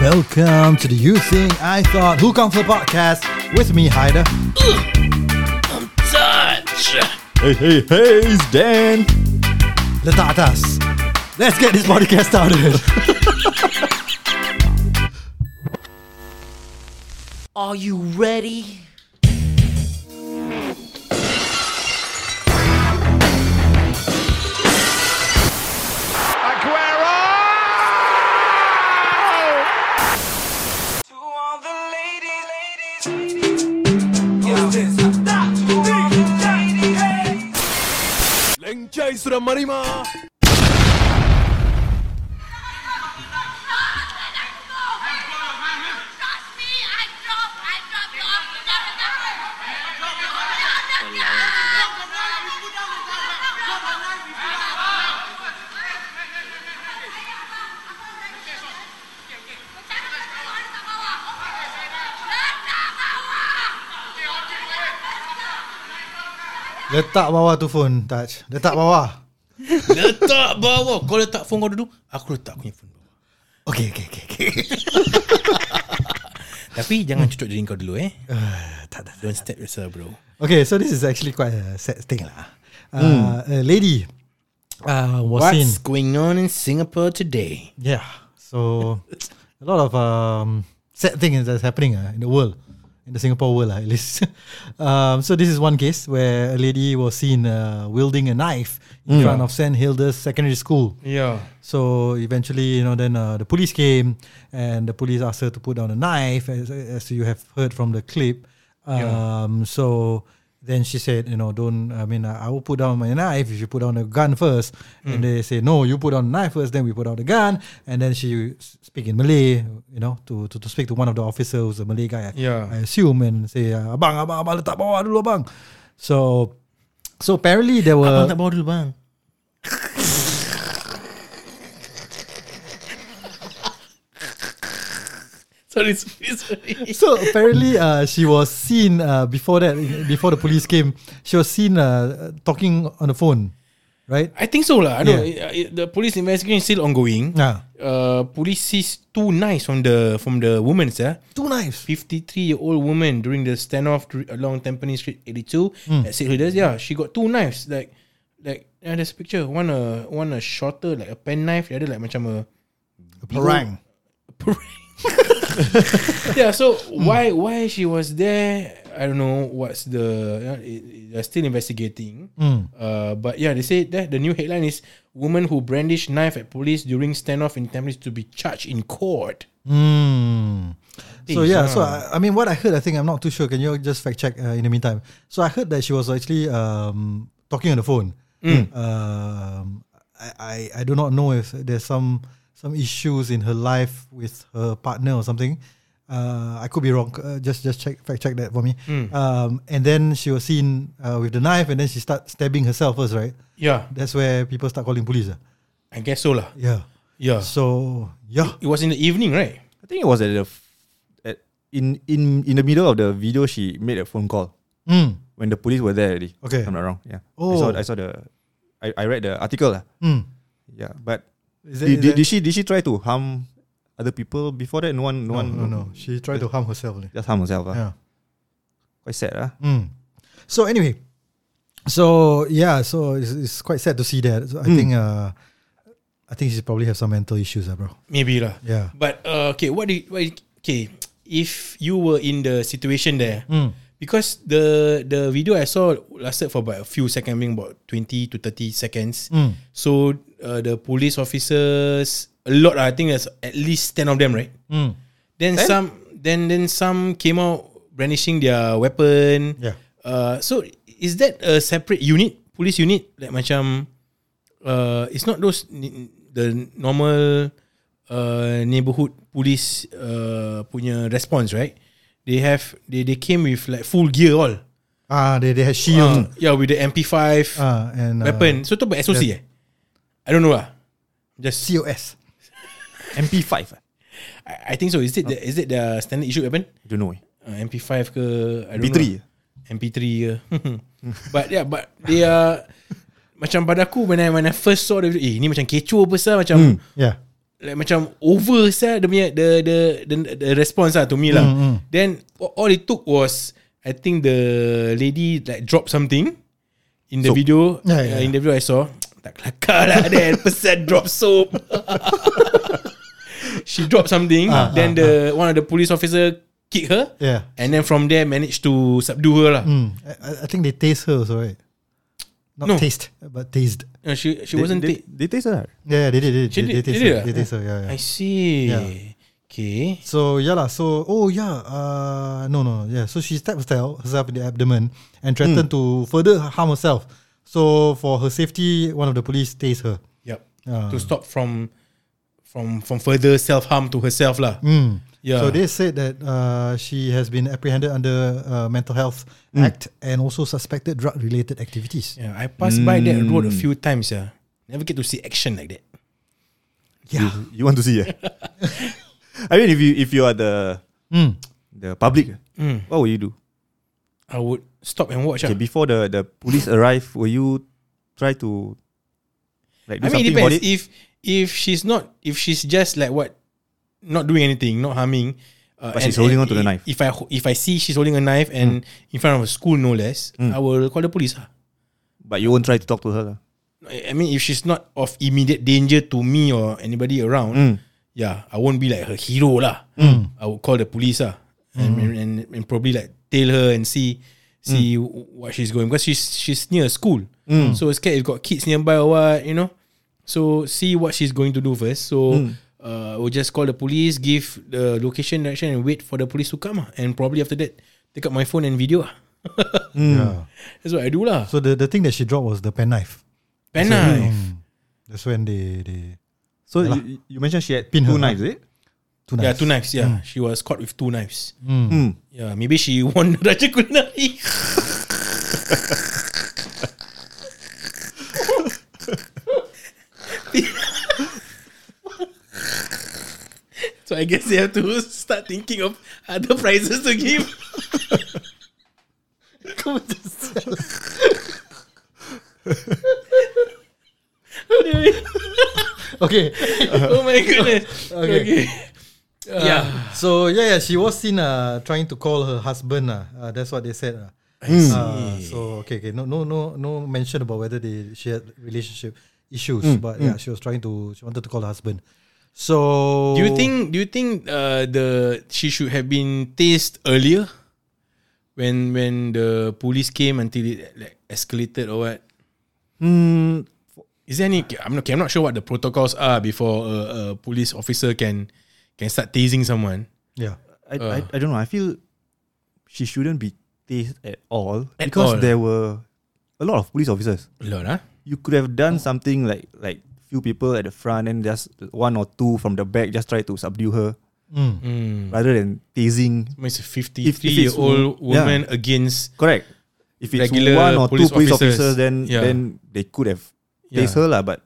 Welcome to the You Think I Thought Who Kung Fu podcast with me, Haida. Touch! Hey, hey, hey, it's Dan. Letak atas. Let's get this podcast started. Are you ready? To all the ladies, ladies, ladies. Yo, this. Stop. To all the ladies, ladies. Trust me, I drop, I drop you off. Letak bawah tu phone, touch. Letak bawah. Letak bawah. Kau letak phone kau dulu, aku letak aku punya phone bawah. Okay, okay, okay. okay. Tapi jangan cucuk diri kau dulu eh. Don't step yourself bro. Okay, so this is actually quite a sad thing lah. Uh, A lady uh, was in. What's going on in Singapore today? Yeah. So a lot of um, sad things that's happening uh, in the world, in the Singapore world uh, at least. um, so this is one case where a lady was seen uh, wielding a knife in front of St Hilda's Secondary School. Yeah. So eventually, you know, then uh, the police came and the police asked her to put down a knife, as, as you have heard from the clip. Um, So then she said, you know, don't, I mean, I I will put down my knife if you put down a gun first. Mm. And they say, no, you put down the knife first, then we put down the gun. And then she s- speak in Malay, you know, to, to, to speak to one of the officers, who's a Malay guy, I- Yeah. I assume, and say, uh, abang, abang, abang, letak bawah dulu, abang. So, so apparently there were... Abang tak bawa dulu bang. sorry, sorry, sorry. So apparently, uh, she was seen uh, before that. Before the police came, she was seen uh, talking on the phone, right? I think so lah. I don't, The police investigation is still ongoing. Yeah. Uh, police sees two knives from the from the woman, sir. Two knives. 53 year old woman during the standoff dr- along Tampines Street 82 at St. Hilda's. Yeah, she got two knives. Like, like yeah, there's a picture. One a one a shorter like a pen knife. The other like macam a Parang. yeah. So why why she was there? I don't know. What's the yeah, it- it- they're still investigating. Uh, but yeah, they say that the new headline is woman who brandished knife at police during standoff in Tampines to be charged in court. Mm. So These, yeah, so ah. I, I mean, what I heard, I think I'm not too sure. Can you just fact check uh, in the meantime? So I heard that she was actually um, talking on the phone. Mm. Um, I, I I do not know if there's some some issues in her life with her partner or something. Uh, I could be wrong. Uh, just just check fact check that for me. Mm. Um, and then she was seen uh, with the knife, and then she start stabbing herself first, right? Yeah, That's where people start calling police. ah. I guess so lah. Yeah. Yeah. So yeah. It was in the evening, right? I think it was at the f- at in in in the middle of the video she made a phone call Mm. when the police were there already. Okay. If I'm not wrong. Yeah. I Oh. saw I saw the I, I read the article. lah. Mm. Yeah. But Is that- did, is did, that- did she did she try to harm other people before that? No one No, no, one no, no. She tried to harm herself. only. Just harm herself. lah. Yeah. Quite sad. ah. Mm. So anyway, so yeah, so it's, it's quite sad to see that. Hmm. So I think uh, I think she probably have some mental issues, uh, bro. Maybe lah. Yeah. But uh, okay, what did what, okay? If you were in the situation there, because the the video I saw lasted for about a few seconds, I mean about twenty to thirty seconds. So uh, the police officers, a lot. lah. I think there's at least ten of them, right? Then some, then then some came out brandishing their weapon. Yeah. Uh, so is that a separate unit, police unit, like macam? uh, it's not those ni- the normal uh, neighborhood police uh, punya response, right? They have they they came with like full gear all. Ah, they they had Uh, shield. yeah, with the MP5 Ah, and uh, weapon. So tu buat SOC eh? I don't know lah. Just COS. MP5. ah. I, I think so. Is it the, is it the standard issue weapon? I don't know. eh. Uh, MP5 ke I don't MP3. know. MP3 ke. but yeah, but they are macam pada aku when I when I first saw the video, eh ni macam kecoh besar macam Yeah. like macam over saya dia punya the the the, the response lah to me lah. Mm, mm. Then a- all it took was I think the lady like dropped something in the Soap. video. Yeah, yeah, Uh, in yeah. the video I saw tak kelakar lah then person drop soap. She dropped something. Ah, then the one of the police officer kick her. Yeah. And then from there managed to subdue her lah. Mm. I, I- I think they taste her also, right? Not No. taste, but taste. No, she she They- wasn't. They, ta- they taste her. Yeah, yeah, they did. They, did, She they, did- they taste they did her. ah? They taste her. Yeah, yeah. I see. Yeah. Okay. So yeah lah. So oh yeah. Uh, no no yeah. So she stabbed herself, herself in the abdomen and Hmm. threatened to further harm herself. So for her safety, one of the police tased her. Yep. Ah. to stop from from from further self harm to herself lah. Hmm. Mm. Yeah. So they said that uh, she has been apprehended under uh, Mental Health Act and also suspected drug related activities. Hmm. Yeah, I passed by that road Hmm. a few times. Yeah, never get to see action like that. Yeah. You want to see? Yeah? I mean, if you if you are the Mm. the public, Mm. what will you do? I would stop and watch. ah. Okay, before the the police arrive, will you try to like I do mean, it something about depends. it? If if she's not, if she's just like what, not doing anything, not harming. Uh, But she's holding on to if- the knife. Hmm. If I ho- if I see she's holding a knife and in front of a school, no less, I will call the police. ah. But you won't try to talk to her. lah. I I mean, if she's not of immediate danger to me or anybody around, yeah, I won't be like her hero lah. I would call the police lah, and, and, and probably like tell her and see see wh- what she's going because she's she's near a school, so it's scared if got kids nearby or what you know. So see what she's going to do first. So uh, we'll just call the police, give the location direction, and wait for the police to come. ah. And probably after that, take up my phone and video. ah. Yeah. That's what I do lah. So the, the thing that she dropped was the penknife. Pen knife. Mm. That's when they they So Yeah lah. you, you mentioned she had Pin two her. knives, is it? two Yeah, knives. two knives. Yeah, she was caught with two knives. Mm. Yeah, maybe she won the Raja Kulinari. so I guess they have to start thinking of other prizes to give. Okay. oh my goodness. Okay. Uh, yeah. So yeah, yeah, she was seen uh, trying to call her husband. Uh, uh, that's what they said. Uh. Uh, so okay, okay, no, no, no, no mention about whether they she had relationship issues, but yeah, she was trying to she wanted to call her husband. So Do you Oh. think do you think uh, the she should have been tased earlier? When when the police came until it like escalated or what? Mm, Is there any? I'm not. Okay, I'm not sure what the protocols are before a, a police officer can can start tasing someone Yeah, I, Uh. I I don't know. I feel she shouldn't be tased at all At because all. there were a lot of police officers. a lot, huh? You could have Oh. done something like like few people at the front and just one or two from the back just try to subdue her Hmm. rather than tasing. I mean, It's a If- if 53 year it's old wo- yeah. woman against. Correct. If it's Regular one or police two police officers. officers, then Yeah. then they could have Yeah. tased her lah. But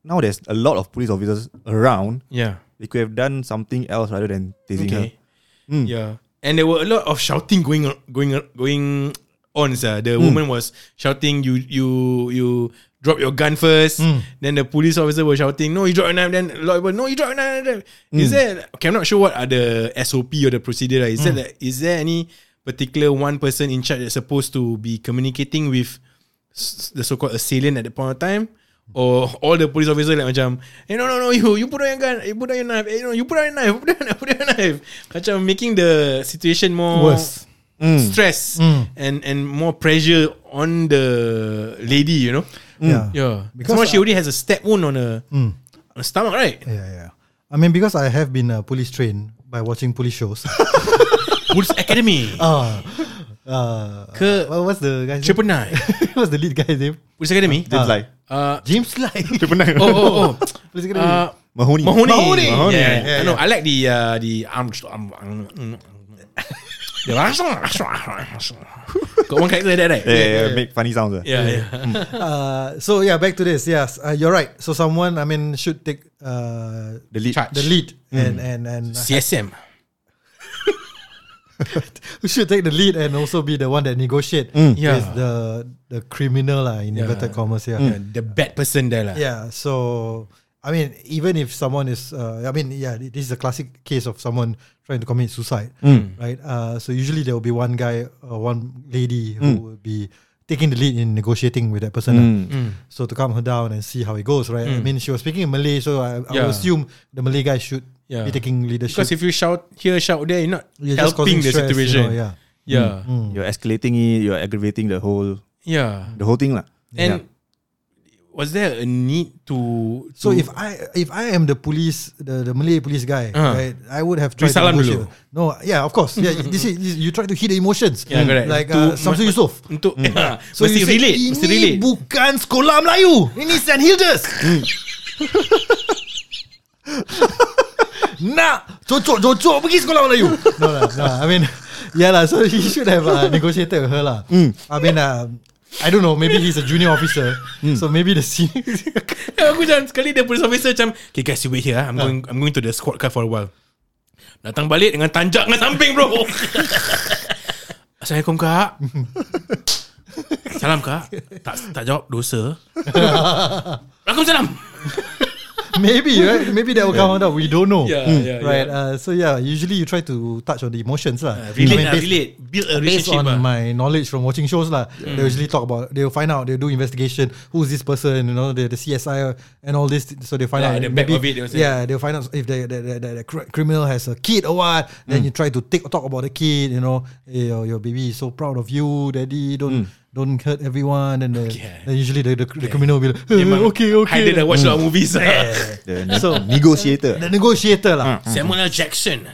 now there's a lot of police officers around. Yeah. They could have done something else rather than tasing her. Okay. Yeah. And there were a lot of shouting going on, going on- going on. Sir. The woman was shouting, "You you you drop your gun first. Then the police officer was shouting, "No, you drop your knife." Then a lot of people, "No, you drop your knife." knife, knife." Is there? Okay, I'm not sure what are the SOP or the procedure. lah. Is that like, is there any particular one person in charge that's supposed to be communicating with s- the so-called assailant at the point of time? Or all the police officers like macam Eh no no no you You put down your gun You put down your knife Eh no you put down your knife Put down your knife, put down your knife. Macam making the situation more Worse. Stress And and more pressure On the lady you know yeah, Yeah Because Because Some more she already has a stab wound on her On her stomach right yeah, yeah. I mean, because I have been uh, police trained by watching police shows. Police Academy uh, uh, Ke- what was the guy's Triple nine name? what was the lead guy's name? Police Academy Didn't Ah. lie. uh, James Lai. Oh oh oh Police Academy. uh, Mahoney. Mahoney. Mahoney. Mahoney. Yeah, Yeah, I know. yeah. I like the uh, the arm. Um, um, um, the got one character like that, right? Yeah, yeah, yeah, make funny sounds. ah. yeah, Mm, yeah. Uh, so yeah, back to this. Yes, uh, you're right. So someone, I mean, should take uh, The lead. Charge. the lead and and and CSM. who should take the lead and also be the one that negotiate Yeah. Hmm. with the the criminal lah in inverted commas yeah. The bad person there, lah. yeah so I mean, even if someone is, uh, I mean, yeah, this is a classic case of someone trying to commit suicide, Mm. right? Uh, so usually there will be one guy or one lady Mm. who will be taking the lead in negotiating with that person. lah. So to calm her down and see how it goes, right? I mean, she was speaking in Malay, so I, I Mm. Yeah. would assume the Malay guy should Yeah. be taking leadership. Because if you shout here, shout there, you're not You're just helping causing the stress, you situation. know, yeah. yeah. You're escalating it. You're aggravating the whole Yeah. the whole thing lah. And Yeah. was there a need to? So to- if I if I am the police the, the Malay police guy, Uh-huh. right, I would have tried Beri salam to negotiate. dulu. No, yeah, of course. Yeah, this is, this- you try to hit the emotions. Yeah, correct. Like uh, To- Samsul Yusof. untuk Mm. So mesti you say, relate, ini mesti relate. bukan sekolah Melayu. Ini St. Hilda's. Nak cocok-cocok pergi sekolah Melayu. no lah, no, lah. I mean, yeah lah. So he should have uh, negotiated with her lah. Hmm. I mean, uh, I don't know. Maybe he's a junior officer. Hmm. So maybe the senior. Aku macam sekali dia police officer macam Okay guys you wait here ah. I'm going I'm going to the squad car for a while Datang balik dengan tanjak dengan samping bro Assalamualaikum kak Salam kak Tak tak jawab dosa Waalaikumsalam maybe right? Maybe that will come out. We don't know. Yeah, yeah, right. yeah. Uh, Uh, so yeah, usually you try to touch on the emotions lah. Relate I mean, lah based- relate Build a Based relationship on lah my knowledge from watching shows lah, they usually talk about they'll find out they'll do investigation who's this person you know the, the CSI and all this so they find Yeah, out the back maybe of it, they'll say. yeah they'll find out if the the, the, the, the cr- criminal has a kid or what Hmm. then you try to take talk about the kid you know "Hey, your, your baby is so proud of you daddy don't don't hurt everyone and the, Hmm. Okay. then usually the, the, the criminal will be like, Memang okay okay I did watch a lot of movies ah. The So- ne- negotiator. the negotiator lah. Samuel L. Jackson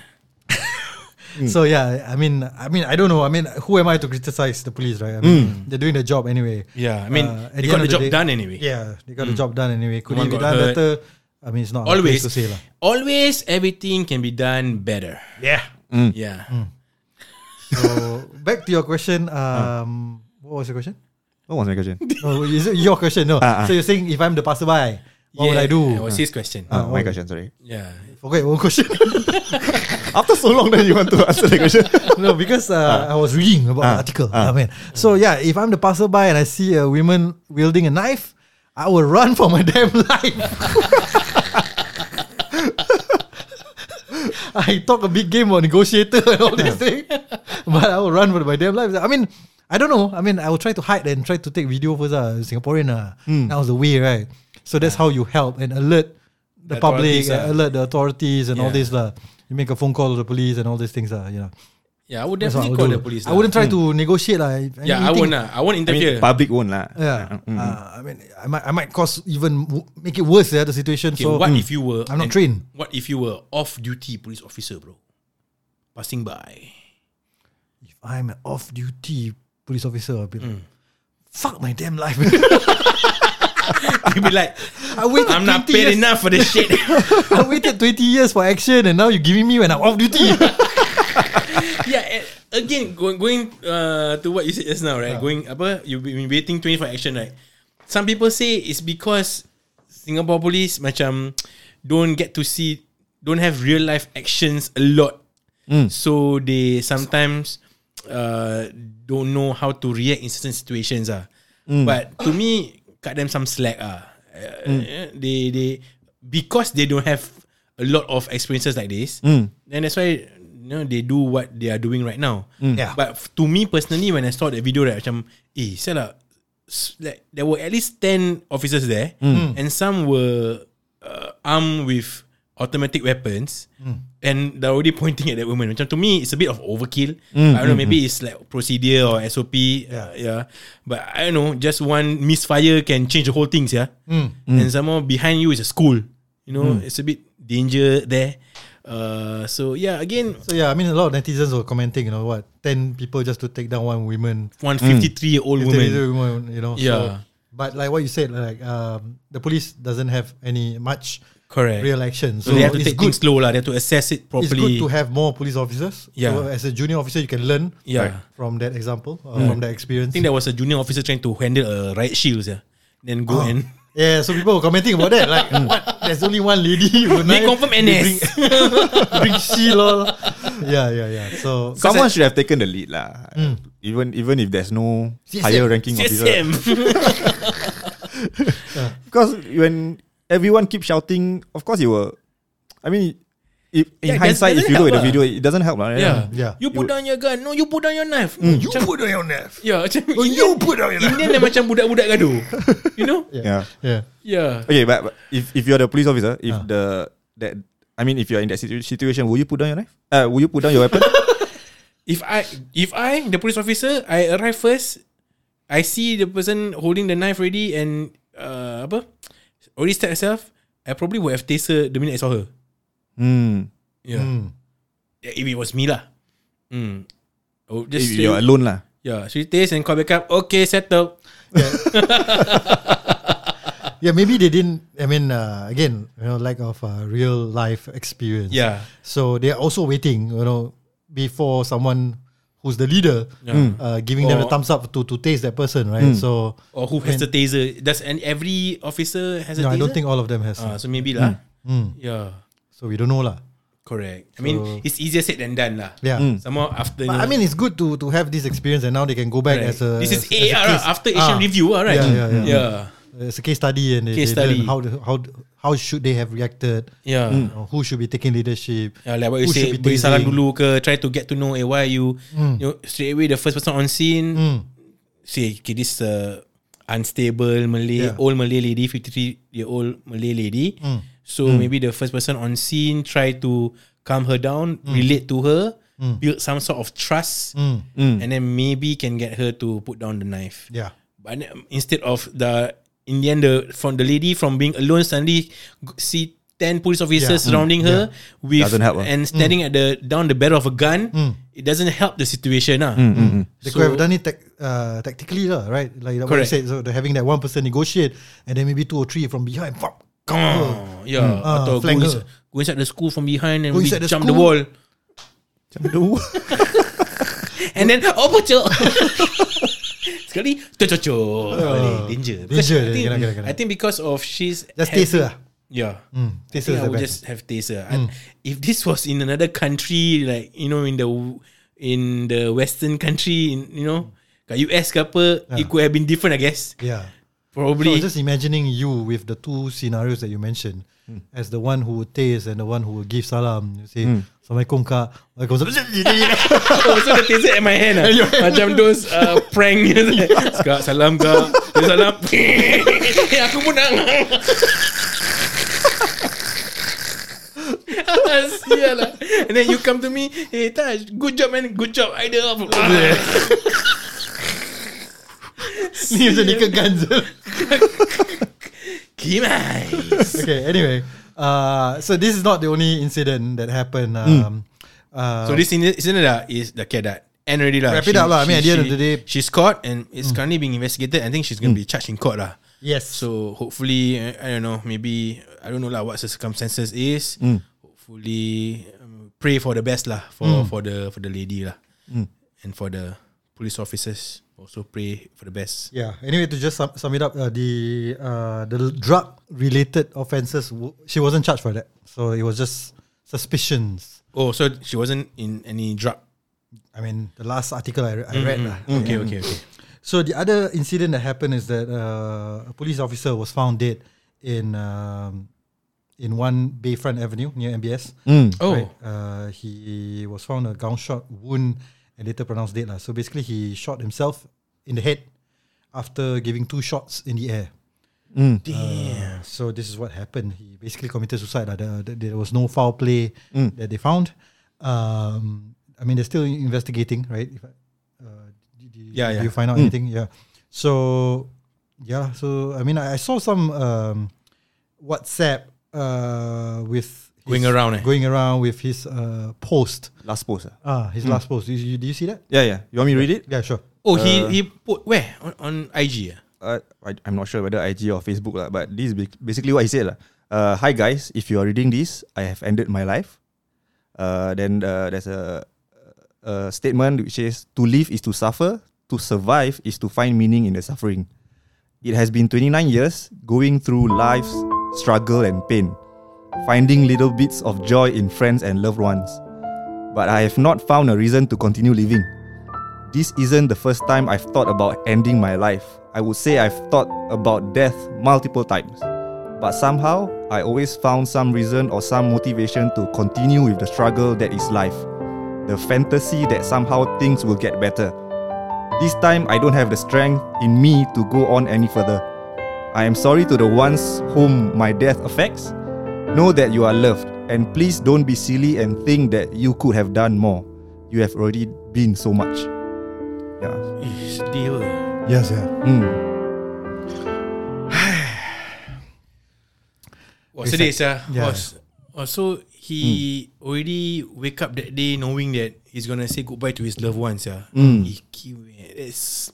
Mm. So yeah, I mean, I mean, I don't know. I mean, who am I to criticize the police, right? I mean, they're doing their job anyway. Mm. Yeah, I mean, Uh, at they end got of the job day- done anyway. Yeah, they got the job done anyway. Could No it one be got done hurt. better? I mean, it's not our place Always to say lah. Always everything can be done better Mm. Yeah. Yeah So back to your question. Um, what was your question? What was my question? No, is it your question? No. Ah, ah. So you're saying if I'm the passerby, what would I do? That was his question Ah, my question. Sorry. Yeah Forget one question. After so long, then you want to answer the question. no, because uh, Ah. I was reading about the article. I mean, so yeah, if I'm the passerby and I see a woman wielding a knife, I will run for my damn life. I talk a big game about negotiator and all this thing, but I will run for my damn life. I mean, I don't know. I mean, I will try to hide and try to take video first. Uh, Singaporean, uh, Hmm. that was the way, right? So that's how you help and alert the, The public, authorities, uh, ah. alert the authorities and all Yeah. this lah. You make a phone call to the police and all these things lah. You know, Yeah, I would That's what definitely I would call do. the police. Hmm. I wouldn't try to negotiate lah. If Yeah, I Mm, anything- won't. lah. I won't I mean, interfere. public won't lah. Yeah, uh, I mean, I might, I might cause even w- make it worse. Yeah, the situation. okay, so what if you were? I'm not trained. What if you were off-duty police officer, bro? Passing by. if I'm an off-duty police officer, I'll be like, Mm. fuck my damn life. You'd be like, I waited I'm not 20 paid years. enough for this shit. I waited 20 years for action, and now you're giving me when I'm off duty. yeah. and Again, going going uh, to what you said just now, right? Going apa? You've been waiting 20 for action, right? Some people say it's because Singapore police macam don't get to see, don't have real life actions a lot, so they sometimes uh, don't know how to react in certain situations. Ah, but to me, cut them some slack. Ah, Uh, they they because they don't have a lot of experiences like this, then that's why you know they do what they are doing right now. Yeah. But f- to me personally, when I saw that video, right, macam, eh, sial lah, s- like there were at least 10 officers there and some were uh, armed with automatic weapons Hmm. and they're already pointing at that woman macam to me it's a bit of overkill Hmm. I don't know maybe it's like procedure or SOP yeah. Uh, yeah but I don't know just one misfire can change the whole things yeah Hmm. and somehow behind you is a school you know it's a bit danger there uh, so yeah again so yeah, I mean, a lot of netizens were commenting, you know, what ten people just to take down one woman, one 53 year old woman woman, you know. so- Yeah. but like what you said, like um, the police doesn't have any much correct real action, so, so, they have to it's take good. things slow lah they have to assess it It's properly good to ha- have more police officers. Yeah. So as a junior officer, you can learn yeah from that example, uh, from that experience. I think there was a junior officer trying to handle a riot shield, yeah. Then go Ah. and Yeah, so people were commenting about that. Like, what? There's only one lady. Who Mm. they knife- confirm they NS. Bring, bring shield all. Yeah, yeah, yeah. So, Someone should have taken the lead lah. Even even if there's no higher ranking officer, CSM. because when everyone keep shouting, of course you were. I mean, if, Yeah, it in does- hindsight, if doesn't you look at the help video, it doesn't help, lah. Yeah. Yeah. Mm. You put You- down your gun. No, you put down your knife. No, you put down your knife. Yeah, macam Oh, you put down your knife. Indian dah macam budak-budak gaduh. You know? yeah. Yeah. Yeah. Okay, but, but if, if you're the police officer, if Ah. the that I mean, if you're in that situ- situation, will you put down your knife? Uh, will you put down your weapon? If I if I the police officer, I arrive first, I see the person holding the knife ready and uh, apa? Already stab herself. I probably would have taser the minute I saw her. Hmm. Yeah. Mm. If it was me lah. Mm. Oh, just If you're alone, lah. yeah. She taste and call back up. Okay, settle. Yeah, maybe they didn't. I mean, uh, again, you know, lack of uh, real life experience. Yeah. So they're also waiting, you know, before someone who's the leader Yeah. Hmm. uh, giving them the Or- Hmm. thumbs up to to taste that person, right? So Or who has the taser? Does and every officer has a no, taser? I don't think all of them has. Ah, so maybe lah. Yeah. so we don't know lah. Correct. I mean, Hmm. So- it's easier said than done lah. Yeah. Hmm. Some more after. But I mean, it's good to to have this experience, and now they can go back Correct. as a. this as- is as a AR case- ah, after Asian ah, review, ah, right? Yeah, yeah, yeah. yeah. It's a case study, and they, Case they learn study. how to, how how should they have reacted. Yeah. You know, who should be taking leadership? Yeah, like what you Hmm. who say, should be Hmm. beri salam tasing. dulu ke, try to get to know eh, why you, you know, straight away the first person on scene, Hmm. say, okay, this uh, unstable Malay, Yeah. Hmm. old Malay lady, 53 year old Malay lady. So maybe the first person on scene try to calm her down, Hmm. relate to her, build some sort of trust, and then maybe can get her to put down the knife. Mm. Yeah. But then, um, instead of the in the end, the from the lady from being alone suddenly g- see ten police officers Yeah. surrounding her with Doesn't help, ah. Mm. and standing at the down the barrel of a gun. It doesn't help the situation, ah. Mm, They So, could have done it tac- uh, tactically, lah, right? Like what you Correct. said, so they're having that one person negotiate, and then maybe two or three from behind, fuck, Come on, Oh, yeah. Ah, Atau go, flank ins- her. go inside the school from behind and Go we inside the jump the school. wall. And then oh pocok. Sekali tercocok. Uh, danger. Because Oh. danger, I think, kena, kena, kena. I think because of she's just having- taser, lah. Yeah. I taser Mm. is think I the would best. Mm. just have taser. And if this was in another country, like you know, in the in the Western country, in you know, kat US ke apa, it could have been different, I guess. Yeah. So I Probably. was just imagining you with the two scenarios that you mentioned, Hmm. as the one who would taste and the one who would give salam. You say, Hmm. "Assalamualaikum kak." Waalaikumsalam. oh, so the taser at my hand, ah. macam those uh, prank. Kak salam kak, Dia salam. Eh, aku pun nak. Sial lah. And then you come to me, hey Taj, good job man, good job idol. Ni macam Nika Guns. Kimai. okay. Anyway, uh, so this is not the only incident that happened. Um, uh, Hmm. So this incident, incident lah is the okay, that end already lah. Wrap it up lah. I mean, at the end of the day- Hmm. she's caught and it's currently being investigated. I think she's gonna be charged in court lah. yes. So hopefully, I, I don't know, maybe I don't know lah what the circumstances is. Hmm. Hopefully, um, pray for the best lah for Hmm. for the for the lady lah, and for the police officers also pray for the best. Yeah. Anyway, to just sum, sum it up, uh, the uh, the drug related offenses, w- she wasn't charged for that. So it was just suspicions. Oh, so she wasn't in any drug. I mean, the last article I, re- I read. lah. Okay, okay, okay. So the other incident that happened is that uh, a police officer was found dead in um, in one Bayfront Avenue near MBS. Oh, Right? Uh, he was found a gunshot wound and later pronounced dead. lah. So basically, he shot himself in the head after giving two shots in the air. damn. So this is what happened. He basically committed suicide. lah. The- the- there was no foul play that they found. Um, I mean, they're still investigating, right? If I, uh, did, you- Yeah, did yeah. you find out anything? Yeah. So, yeah. So I mean, I, I saw some um, WhatsApp uh, with his- Going around, eh? going around with his uh, post. Last post. ah. Ah, his last post. Did you, did you see that? Yeah, yeah. You want me to read it? Yeah, sure. oh, he Uh. he put where on, on IG. ah? uh, I, I'm not sure whether IG or Facebook, lah, but this is ba- basically what he said. lah. Uh, Hi guys, if you are reading this, I have ended my life. Uh, then uh, there's a, a statement which says, To live is to suffer, to survive is to find meaning in the suffering. It has been 29 years going through life's struggle and pain, finding little bits of joy in friends and loved ones. But I have not found a reason to continue living. This isn't the first time I've thought about ending my life. I would say I've thought about death multiple times. But somehow, I always found some reason or some motivation to continue with the struggle that is life. The fantasy that somehow things will get better. This time, I don't have the strength in me to go on any further. I am sorry to the ones whom my death affects. Know that you are loved, and please don't be silly and think that you could have done more. You have already been so much. Yeah. Eh, sedih apa? Yes, yeah. Mm. Wah sedih It's sah. yeah. Hmm. Yeah. Oh, so he already wake up that day knowing that he's gonna say goodbye to his loved ones. Yeah. Mm. Hmm. He keep, it's,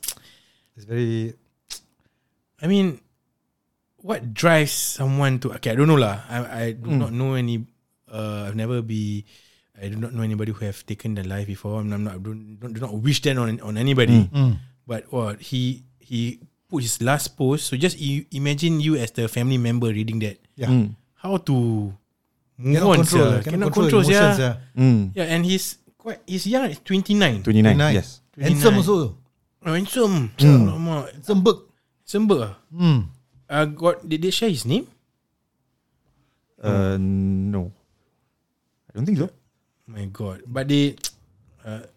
It's very I mean, what drives someone to? Okay, I don't know lah. I I do Hmm. not know any. Uh, I've never be. I do not know anybody who have taken their life before. I'm, I'm not. I don't, don't do not wish that on on anybody. Hmm. But what he he put his last post. So just i- imagine you as the family member reading that. yeah. How to move Cannot on? control, sia. cannot, control, emotions, yeah. Mm. Yeah, and he's quite he's young, he's 29. 29, 29. yes. Handsome also. Oh, handsome. Hmm. Mm. Alamak. Handsome bug. Sembek ah. Mm. Uh, got, did they share his name? Uh, no. I don't think so. My God. But they, uh,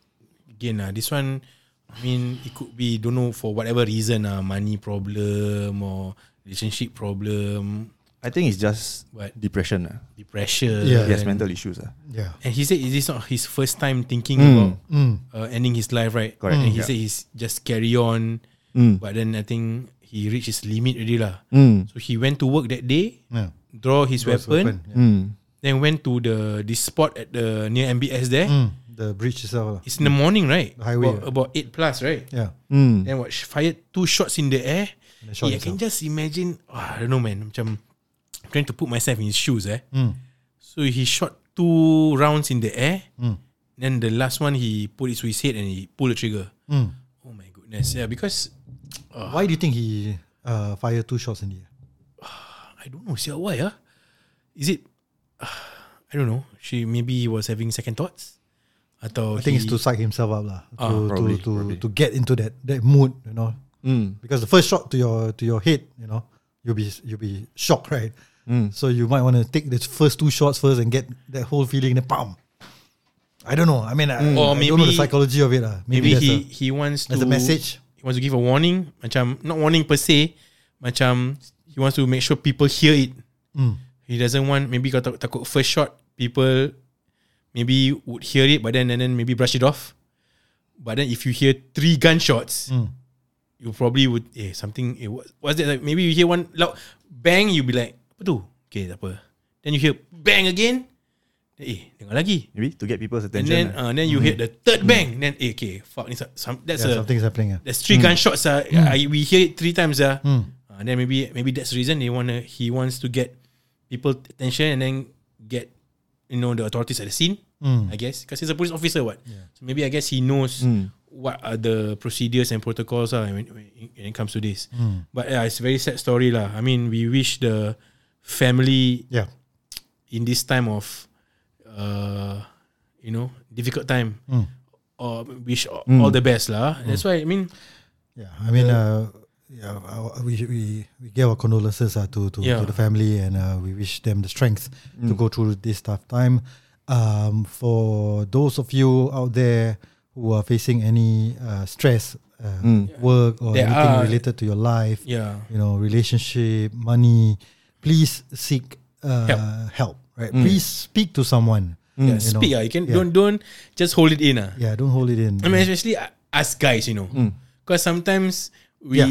again, uh, this one, I mean, it could be, don't know, for whatever reason, uh, money problem or relationship problem, I think it's just What? depression. ah. depression. Yeah. Yes, mental issues. ah. Yeah. And he said, is this not his first time thinking about Mm. uh, ending his life, right? Correct, And he yeah. said he's just carry on. Mm. But then I think he reached his limit already lah. Mm. So he went to work that day, Yeah. draw his Those weapon, weapon, yeah. Mm. then went to the this spot at the near MBS there. Mm. The breach itself. lah. It's in the morning, right? The highway, About, about eight plus, right? Yeah. Mm. Then what? sh- Fired two shots in the air. They shot Yeah, I can themselves. just imagine. Oh, I don't know, man. Macam, I'm trying to put myself in his shoes, eh? Hmm. So he shot two rounds in the air. Hmm. Then the last one, he put it to his head and he pulled the trigger. Mm. Oh my goodness! Yeah, because Ah. Why do you think he uh, fired two shots in the air? I don't know. See why? Ah, is it? I don't know. She maybe he was having second thoughts. Atau I think he- it's to psych himself up lah, to, Ah, probably, to, to, probably. to get into that that mood, you know. Hmm. Mm. Because the first shot to your to your head, you know, you'll be you'll be shocked, right? Hmm. So you might want to take the first two shots first and get that whole feeling. Then pam. I don't know. I mean, I, Hmm. I Or don't know the maybe- psychology of it. lah. Maybe, Maybe that's he a, he wants to that's a message. He wants to give a warning, macam not warning per se, macam he wants to make sure people hear it. Hmm. He doesn't want maybe kau tak- takut first shot people maybe would hear it, but then and then maybe brush it off. But then if you hear three gunshots, Hmm. you probably would eh something eh what, what's that? Like, maybe you hear one loud bang, you be like apa tu? Okay, tak apa. Then you hear bang again. Eh, dengar lagi. Maybe to get people's And attention. then ah. uh, then you hit the third bang. Then eh, okay, fuck. It's a, some, that's Yeah, a something's happening. Yeah. there's three gunshots. Uh, I, we hear it three times. Uh, Uh, then maybe maybe that's the reason they wanna he wants to get people attention and then get you know the authorities at the scene. I guess because he's a police officer. What? So maybe I guess he knows what are the procedures and protocols are when, when when it comes to this. But yeah, it's a very sad story lah. I mean, we wish the family Yeah. in this time of uh you know difficult time Hmm. or wish all all the best lah that's why i mean Yeah, I mean, uh, yeah, uh, we we we give our condolences uh, to to, Yeah. Mm. to the family, and uh, we wish them the strength to go through this tough time. Um, for those of you out there who are facing any uh, stress, uh, work or Mm. There anything are- related to your life, yeah you know, relationship, money, please seek uh, help. Help. Mm. Right, please speak to someone. you yeah, know. speak ah you can Yeah. don't don't just hold it in ah Yeah, don't hold it in. i mean especially uh, us guys you know because sometimes we Yeah,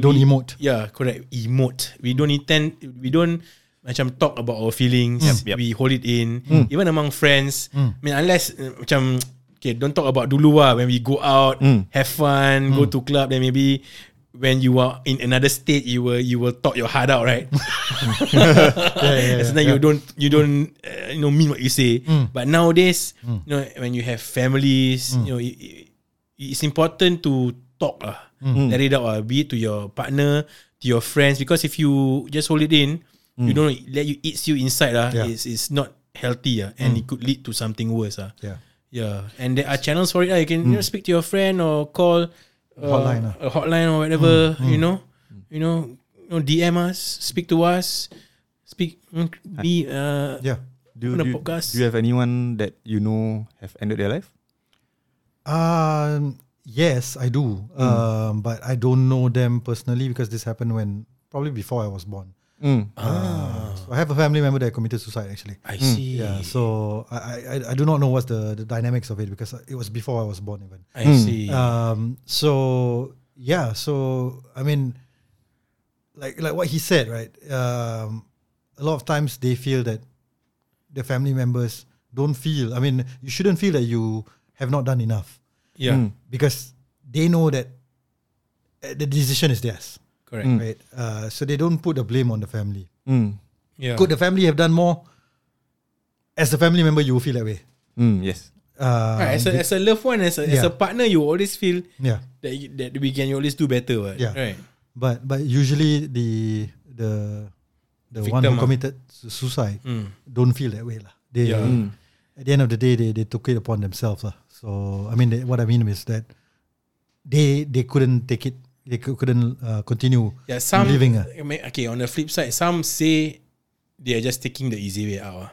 you don't we- emote. yeah correct emote we don't intend we don't macam talk about our feelings Yep, yep. we hold it in even among friends i mean unless uh, macam okay don't talk about dulu lah when we go out have fun go to club then maybe when you are in another state you will you will talk your heart out right yeah, Mm. And sometimes you don't you don't uh, you know mean what you say but nowadays you know when you have families you know it, it- it's important to talk lah Mm. let it out lah. be it to your partner to your friends because if you just hold it in you don't let you eats you inside lah Yeah. Mm. it's, it's not healthy lah and it could lead to something worse lah yeah. yeah, and there are channels for it. lah. You can you know, speak to your friend or call uh, Hmm. Hotline, ah. Hmm, a hotline or whatever. You know, you know, you know, DM us, speak to us. Speak. mm, Be. Uh, Yeah. Do, On a do, podcast. do you have anyone that you know have ended their life? Um, yes, I do. Um, but I don't know them personally because this happened when probably before I was born. Mm. Uh, so I have a family member that committed suicide actually. I Hmm. see. Yeah, so I, I- I, I do not know what's the, the dynamics of it because it was before I was born even. I see. Um, so yeah, so I mean, like like what he said, right? Um, a lot of times they feel that the family members don't feel. I mean, you shouldn't feel that you have not done enough yeah. hmm. because they know that uh, the decision is theirs, Correct. right? Uh, so they don't put the blame on the family. Mm. Yeah. Could the family have done more? As a family member, you will feel that way. Mm, yes. Uh, Right, as, a, as a loved one, as a, as Yeah. a partner, you always feel yeah. that you, that we can always do better. what, Yeah. Right. But but usually the the the one who Victim ah. Hmm. committed su- suicide don't feel that way lah. They Yeah. Mm. at the end of the day they, they took it upon themselves lah. So I mean they, what I mean is that they they couldn't take it. They cou- couldn't uh, continue Yeah. Some living. ah. I mean, Okay. On the flip side, some say they are just taking the easy way out. ah.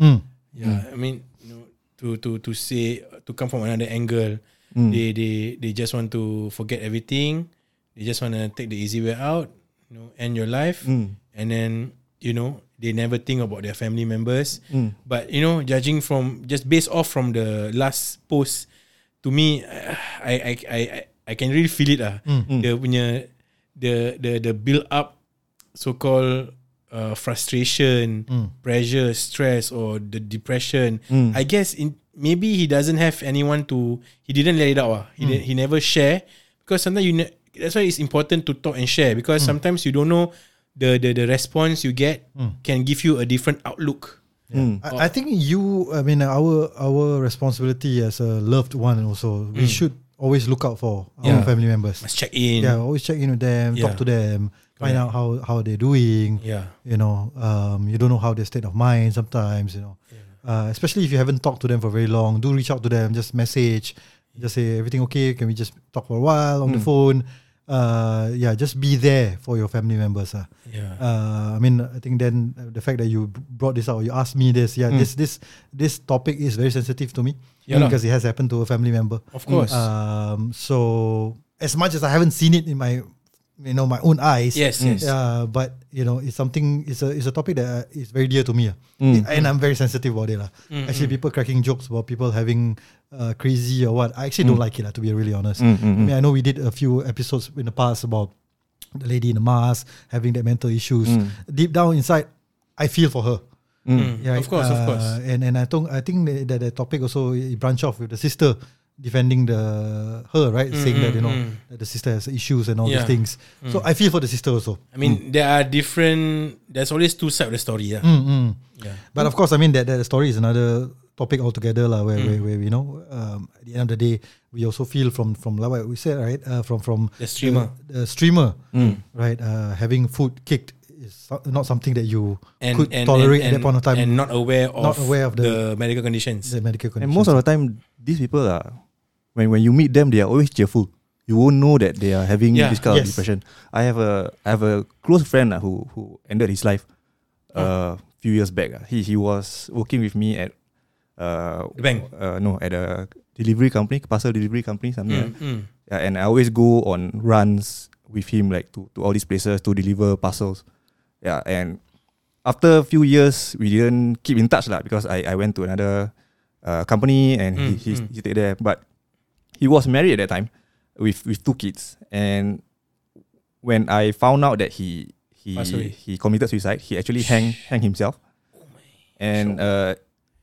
Mm. Yeah. I mean, you know, to to to say to come from another angle, they they they just want to forget everything. They just want to take the easy way out. You know, end your life, and then you know they never think about their family members. But you know, judging from just based off from the last post, to me, I I I I, I can really feel it lah. The punya the the the build up, so called. Uh, frustration, Mm. pressure, stress, or the depression. I guess in maybe he doesn't have anyone to. He didn't let it out. ah. Mm. He didn't- he never share because sometimes you. Ne- that's why it's important to talk and share Mm. because sometimes you don't know the the, the response you get Mm. can give you a different outlook. I, I think you I mean our our responsibility as a loved one also we should always look out for our Yeah. family members. Must check in. Yeah, always check in with them, talk Yeah. to them, find out how how they're doing. Yeah. you know, um, you don't know how their state of mind sometimes. You know, uh, especially if you haven't talked to them for very long, do reach out to them. Just message, just say everything okay. Can we just talk for a while Mm. on the phone? Uh, yeah, just be there for your family members. ah. Yeah. Uh, I mean, I think then uh, the fact that you b- brought this out, you asked me this. Yeah, this this this topic is very sensitive to me Mm. Yeah lah. because it has happened to a family member. Of course. Um, so as much as I haven't seen it in my, you know, my own eyes. Yes, yes. Uh, but you know, it's something. It's a it's a topic that uh, is very dear to me. ah. Mm. and I'm very sensitive about it. lah. Mm-hmm. Actually, people cracking jokes about people having uh, crazy or what. I actually Mm. don't like it. lah, to be really honest, I mean, I know we did a few episodes in the past about the lady in the mask having that mental issues. Mm. Deep down inside, I feel for her. Uh, Yeah, Of course, of course. And and I think I think that, that the topic also it branch off with the sister defending the her right, saying that you know that the sister has issues and all Mm, Yeah. Mm. these things. So I feel for the sister also. I mean, there are different. There's always two sides of the story. Yeah. Mm. Yeah. But of course, I mean that that story is another topic altogether, lah. Mm. Where, where where you know, um, at the end of the day, we also feel from from like what we said, right? Uh, from from The streamer. Mm. the, the streamer, right? Uh, having food kicked is so- not something that you And, could and, tolerate and, at that point of time. and not aware of Not aware of the- the, medical conditions. the medical condition. And most of the time, these people are when when you meet them, they are always cheerful. You won't know that they are having Yeah, this kind yes. of depression. I have a I have a close friend ah who who ended his life Oh. a few years back. ah. He he was working with me at uh, The bank. Uh, no, at a delivery company, parcel delivery company, something. Mm, like that. mm. Yeah, and I always go on runs with him, like to, to all these places to deliver parcels. Yeah, and after a few years, we didn't keep in touch lah because I, I went to another uh, company and Mm, he, he, mm. he stayed there. But he was married at that time with, with two kids. And when I found out that he he Passed away. Oh he committed suicide, he actually hang hang himself. And uh,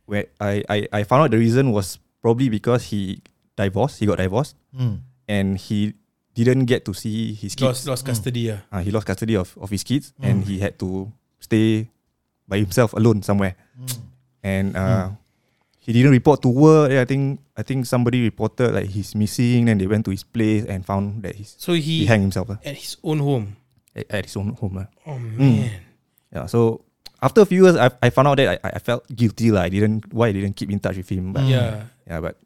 when I, I, I found out the reason was probably because he divorced. He got divorced Mm. and he didn't get to see his kids. Hmm. Lost, Hmm. lost Mm. custody. Yeah. Uh, he lost custody of, of his kids and he had to stay by himself alone somewhere. Hmm. And uh, he didn't report to work. Yeah, I think I think somebody reported like he's missing. Then they went to his place and found that he's So he, he hanged himself lah, at his own home. at, at his own home. lah. Oh man. Yeah. So after a few years, I, I found out that I, I felt guilty. Like I didn't why I didn't keep in touch with him. But Hmm. Yeah. yeah. But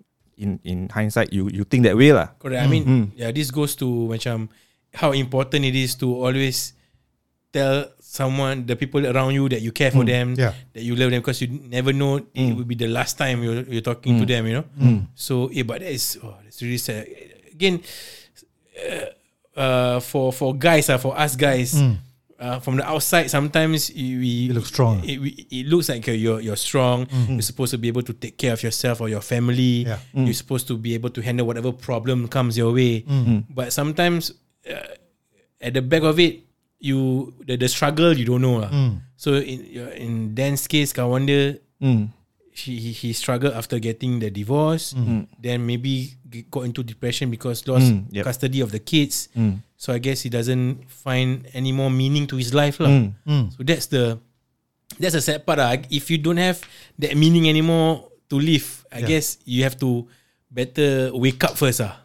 in in hindsight, you you think that way lah. Mm, Correct. I mean, yeah, this goes to macam how important it is to always tell someone, the people around you that you care for them, yeah. that you love them, because you never know it will be the last time you're, you're talking to them, you know. So, yeah, but that is oh, that's really sad. Again, uh, uh, for for guys, uh, for us guys. Uh, from the outside, sometimes you- we It looks strong. It, we- it looks like uh, you're you're strong. You're supposed to be able to take care of yourself or your family. Yeah. You're supposed to be able to handle whatever problem comes your way. But sometimes uh, at the back of it, you the, the struggle you don't know lah. So in your- in Dan's case, Kawanda, she he, he struggled after getting the divorce. Then maybe g- got into depression because lost Mm, yep. custody of the kids. So I guess he doesn't find any more meaning to his life lah. So that's the that's a sad part. lah. If you don't have that meaning anymore to live, I guess you have to better wake up first ah.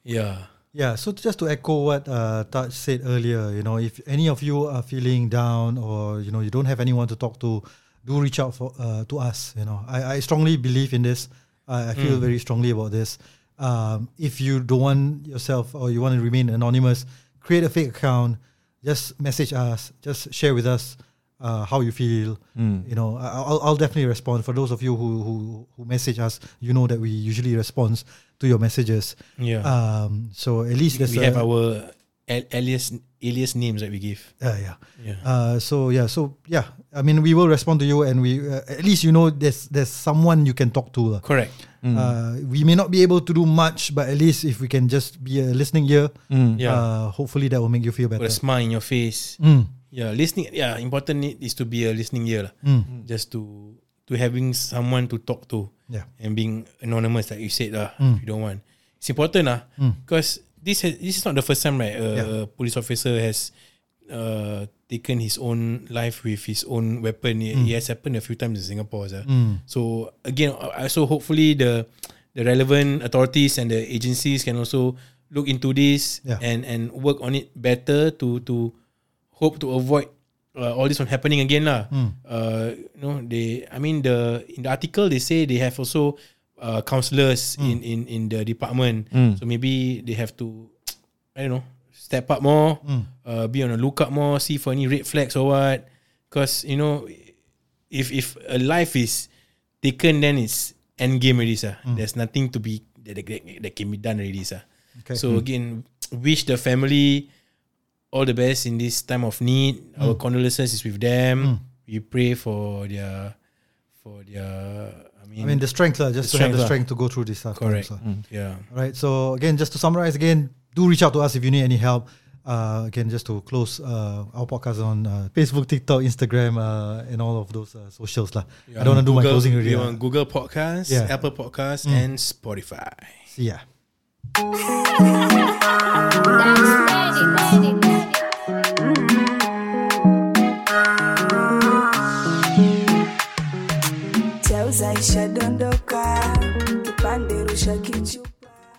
Yeah. Yeah, so just to echo what uh, Taj said earlier, you know, if any of you are feeling down or you know you don't have anyone to talk to, do reach out for uh, to us. You know, I, I strongly believe in this. I, I feel very strongly about this. Um, if you don't want yourself or you want to remain anonymous, create a fake account. Just message us. Just share with us uh, how you feel. You know, I- I'll, I'll definitely respond. For those of you who, who who message us, you know that we usually respond to your messages. Yeah. Um, so at least there's we a, have our al- alias alias names that we give. uh, yeah. Yeah. Uh, so yeah, so yeah. I mean, we will respond to you, and we uh, at least you know there's there's someone you can talk to. lah. Correct. Mm. Uh, we may not be able to do much, but at least if we can just be a listening ear, Mm. Yeah. uh, hopefully that will make you feel Put better. Mm, a smile in your face. Yeah, listening. Yeah, important i- is to be a listening ear, lah. Just to to having someone to talk to. Yeah. And being anonymous, like you said, lah. If you don't want, it's important, lah. Because this has, this is not the first time, right? A a police officer has uh taken his own life with his own weapon. It, it has happened a few times in Singapore, sir. So again, I- I- so hopefully the the relevant authorities and the agencies can also look into this Yeah. and and work on it better to to hope to avoid uh, all this from happening again lah. Uh, you know, they. I mean, the in the article they say they have also uh, counselors in in in the department. So maybe they have to, I don't know, step up more, uh, be on the lookout more, see for any red flags or what. Because you know, if if a life is taken, then it's end game already, sir. Mm. There's nothing to be that, that, that can be done already, sir. Okay. Mm. So again, wish the family all the best in this time of need. Mm. Our condolences is with them. We pray for their for their. I mean, I mean, Mm. the strength, lah, just to have The strength the lah. strength to go through this uh, stuff. correct. Mm. Yeah. All right. So again, just to summarize, again, do reach out to us if you need any help. Uh, again, just to close uh, our podcast on uh, Facebook, TikTok, Instagram, uh, and all of those uh, socials. lah. I don't want to do my Google- closing already. We're lah. on Google Podcasts, Yeah. Mm. Apple Podcasts, and Spotify. See ya. chauza ishadondoka kipande rusha kichupa